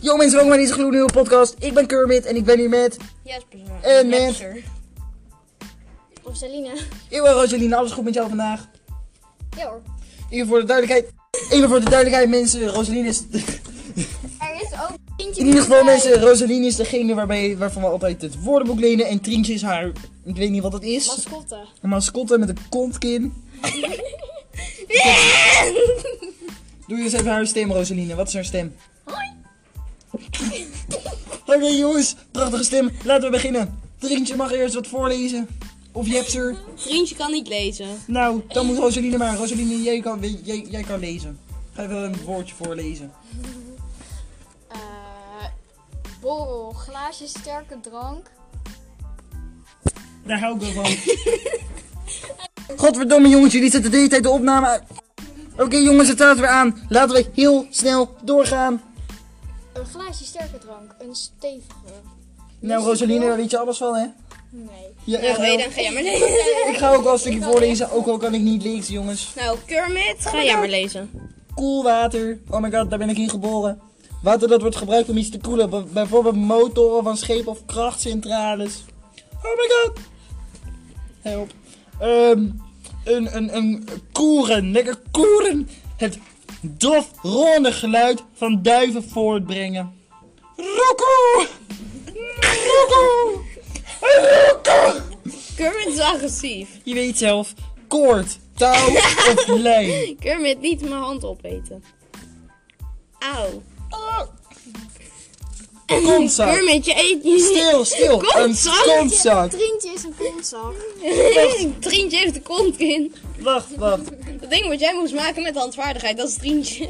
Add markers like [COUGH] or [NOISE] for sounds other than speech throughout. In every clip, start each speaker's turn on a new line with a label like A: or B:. A: Yo mensen, welkom bij deze gloednieuwe podcast. Ik ben Kermit en ik ben hier met
B: Jasper.
A: En met-
B: Jasper. Of Selina.
A: Eeuw en Rosalina. Alles goed met jou vandaag?
B: Ja hoor.
A: Even voor de duidelijkheid. Even voor de duidelijkheid mensen, Rosalina is...
B: Er is ook kindje
A: In ieder geval mensen, Rosalina is degene waarbij, waarvan we altijd het woordenboek lenen. En Trientje is haar, ik weet niet wat dat is.
B: Mascotte.
A: Een mascotte met een kontkin. Doe je eens even haar stem Rosalina. Wat is haar stem? [LAUGHS] Oké jongens, prachtige stem. Laten we beginnen. Trientje mag eerst wat voorlezen. Of Jepser.
C: Vriendje kan niet lezen.
A: Nou, dan moet Rosaline maar. Rosaline, jij kan, jij, jij kan lezen. Ga even een woordje voorlezen.
B: Eh borrel, glaasje sterke drank.
A: Daar hou ik wel van. Godverdomme jongens, jullie zetten de hele tijd de opname uit. Oké jongens, het staat weer aan. Laten we heel snel doorgaan.
B: Een glaasje sterke drank. Een stevige.
A: Nou Rosaline, daar weet je alles van hè?
B: Nee.
A: Ja,
C: Nou,
A: echt
C: weet
A: wel.
C: dan ga jij maar lezen.
A: Ik ga ook wel een stukje voorlezen, ook al kan ik niet lezen jongens.
C: Nou, Kermit, ga jij maar lezen.
A: Koel water. Oh my god, daar ben ik in geboren. Water dat wordt gebruikt om iets te koelen. b- Bijvoorbeeld motoren van schepen of krachtcentrales. Oh my god. Help. Ehm, een, een, een koeren. Lekker koeren. Het dof ronde geluid van duiven voortbrengen. Roekoe. Roekoe. Roekoe.
C: Kermit is agressief.
A: Je weet zelf. Koord,
C: [LAUGHS]
A: touw of lijn.
C: Kermit, niet mijn hand opeten. Auw.
B: Oh,
A: Ah. Kontzak.
C: Kermit, je eet niet.
A: Stil, stil.
C: Kontzak.
A: Een kontzak.
B: Trientje is een kontzak.
C: [LAUGHS] Trientje heeft de kont in.
A: Wacht, wacht.
C: Dat ding wat jij moest maken met handvaardigheid, dat is Trientje.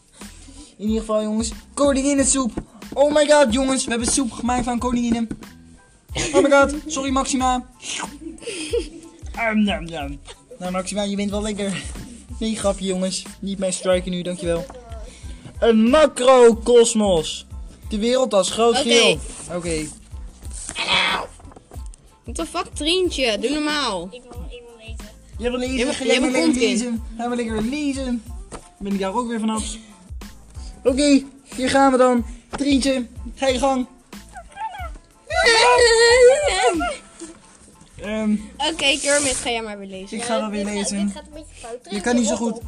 C: [LAUGHS]
A: In ieder geval, jongens. Koninginnensoep. Oh my god, jongens. We hebben soep gemaakt van koninginnen. Oh my god. Sorry, Maxima. Am, nam, nam. Nou, Maxima, je bent wel lekker. Nee, grapje, jongens. Niet mijn striker nu, dankjewel. Een macrocosmos. De wereld als groot
C: Oké.
A: geheel. Oké.
C: What the fuck, Trientje? Doe
A: [LAUGHS]
C: normaal.
B: Ik wil iemand eten.
A: Jij wil lezen,
C: Jij wil-
A: ga
C: jij
A: jij maar
C: wil
A: lekker
C: kont in.
A: lezen. Ga maar lekker lezen. Dan ben ik daar ook weer vanaf. Oké, hier gaan we dan. Trientje, ga je gang. Ehm,
C: Oké, Kermit, ga jij maar weer lezen.
A: ik Eh, ga wel weer lezen.
B: gaat een beetje fout.
A: Je kan niet zo goed.
C: Nee.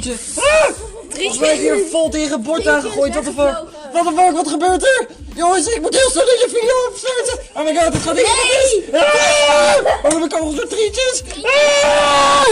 A: Trientje. Ah! Volgens mij heb je hier vol tegen het bord aangegooid. What the fuck? What the fuck? Wat gebeurt er? Jongens, ik moet heel snel deze video opstarten. Oh my god, het gaat helemaal mis. Ah! Oh, mijn kogels met trientjes. Ah!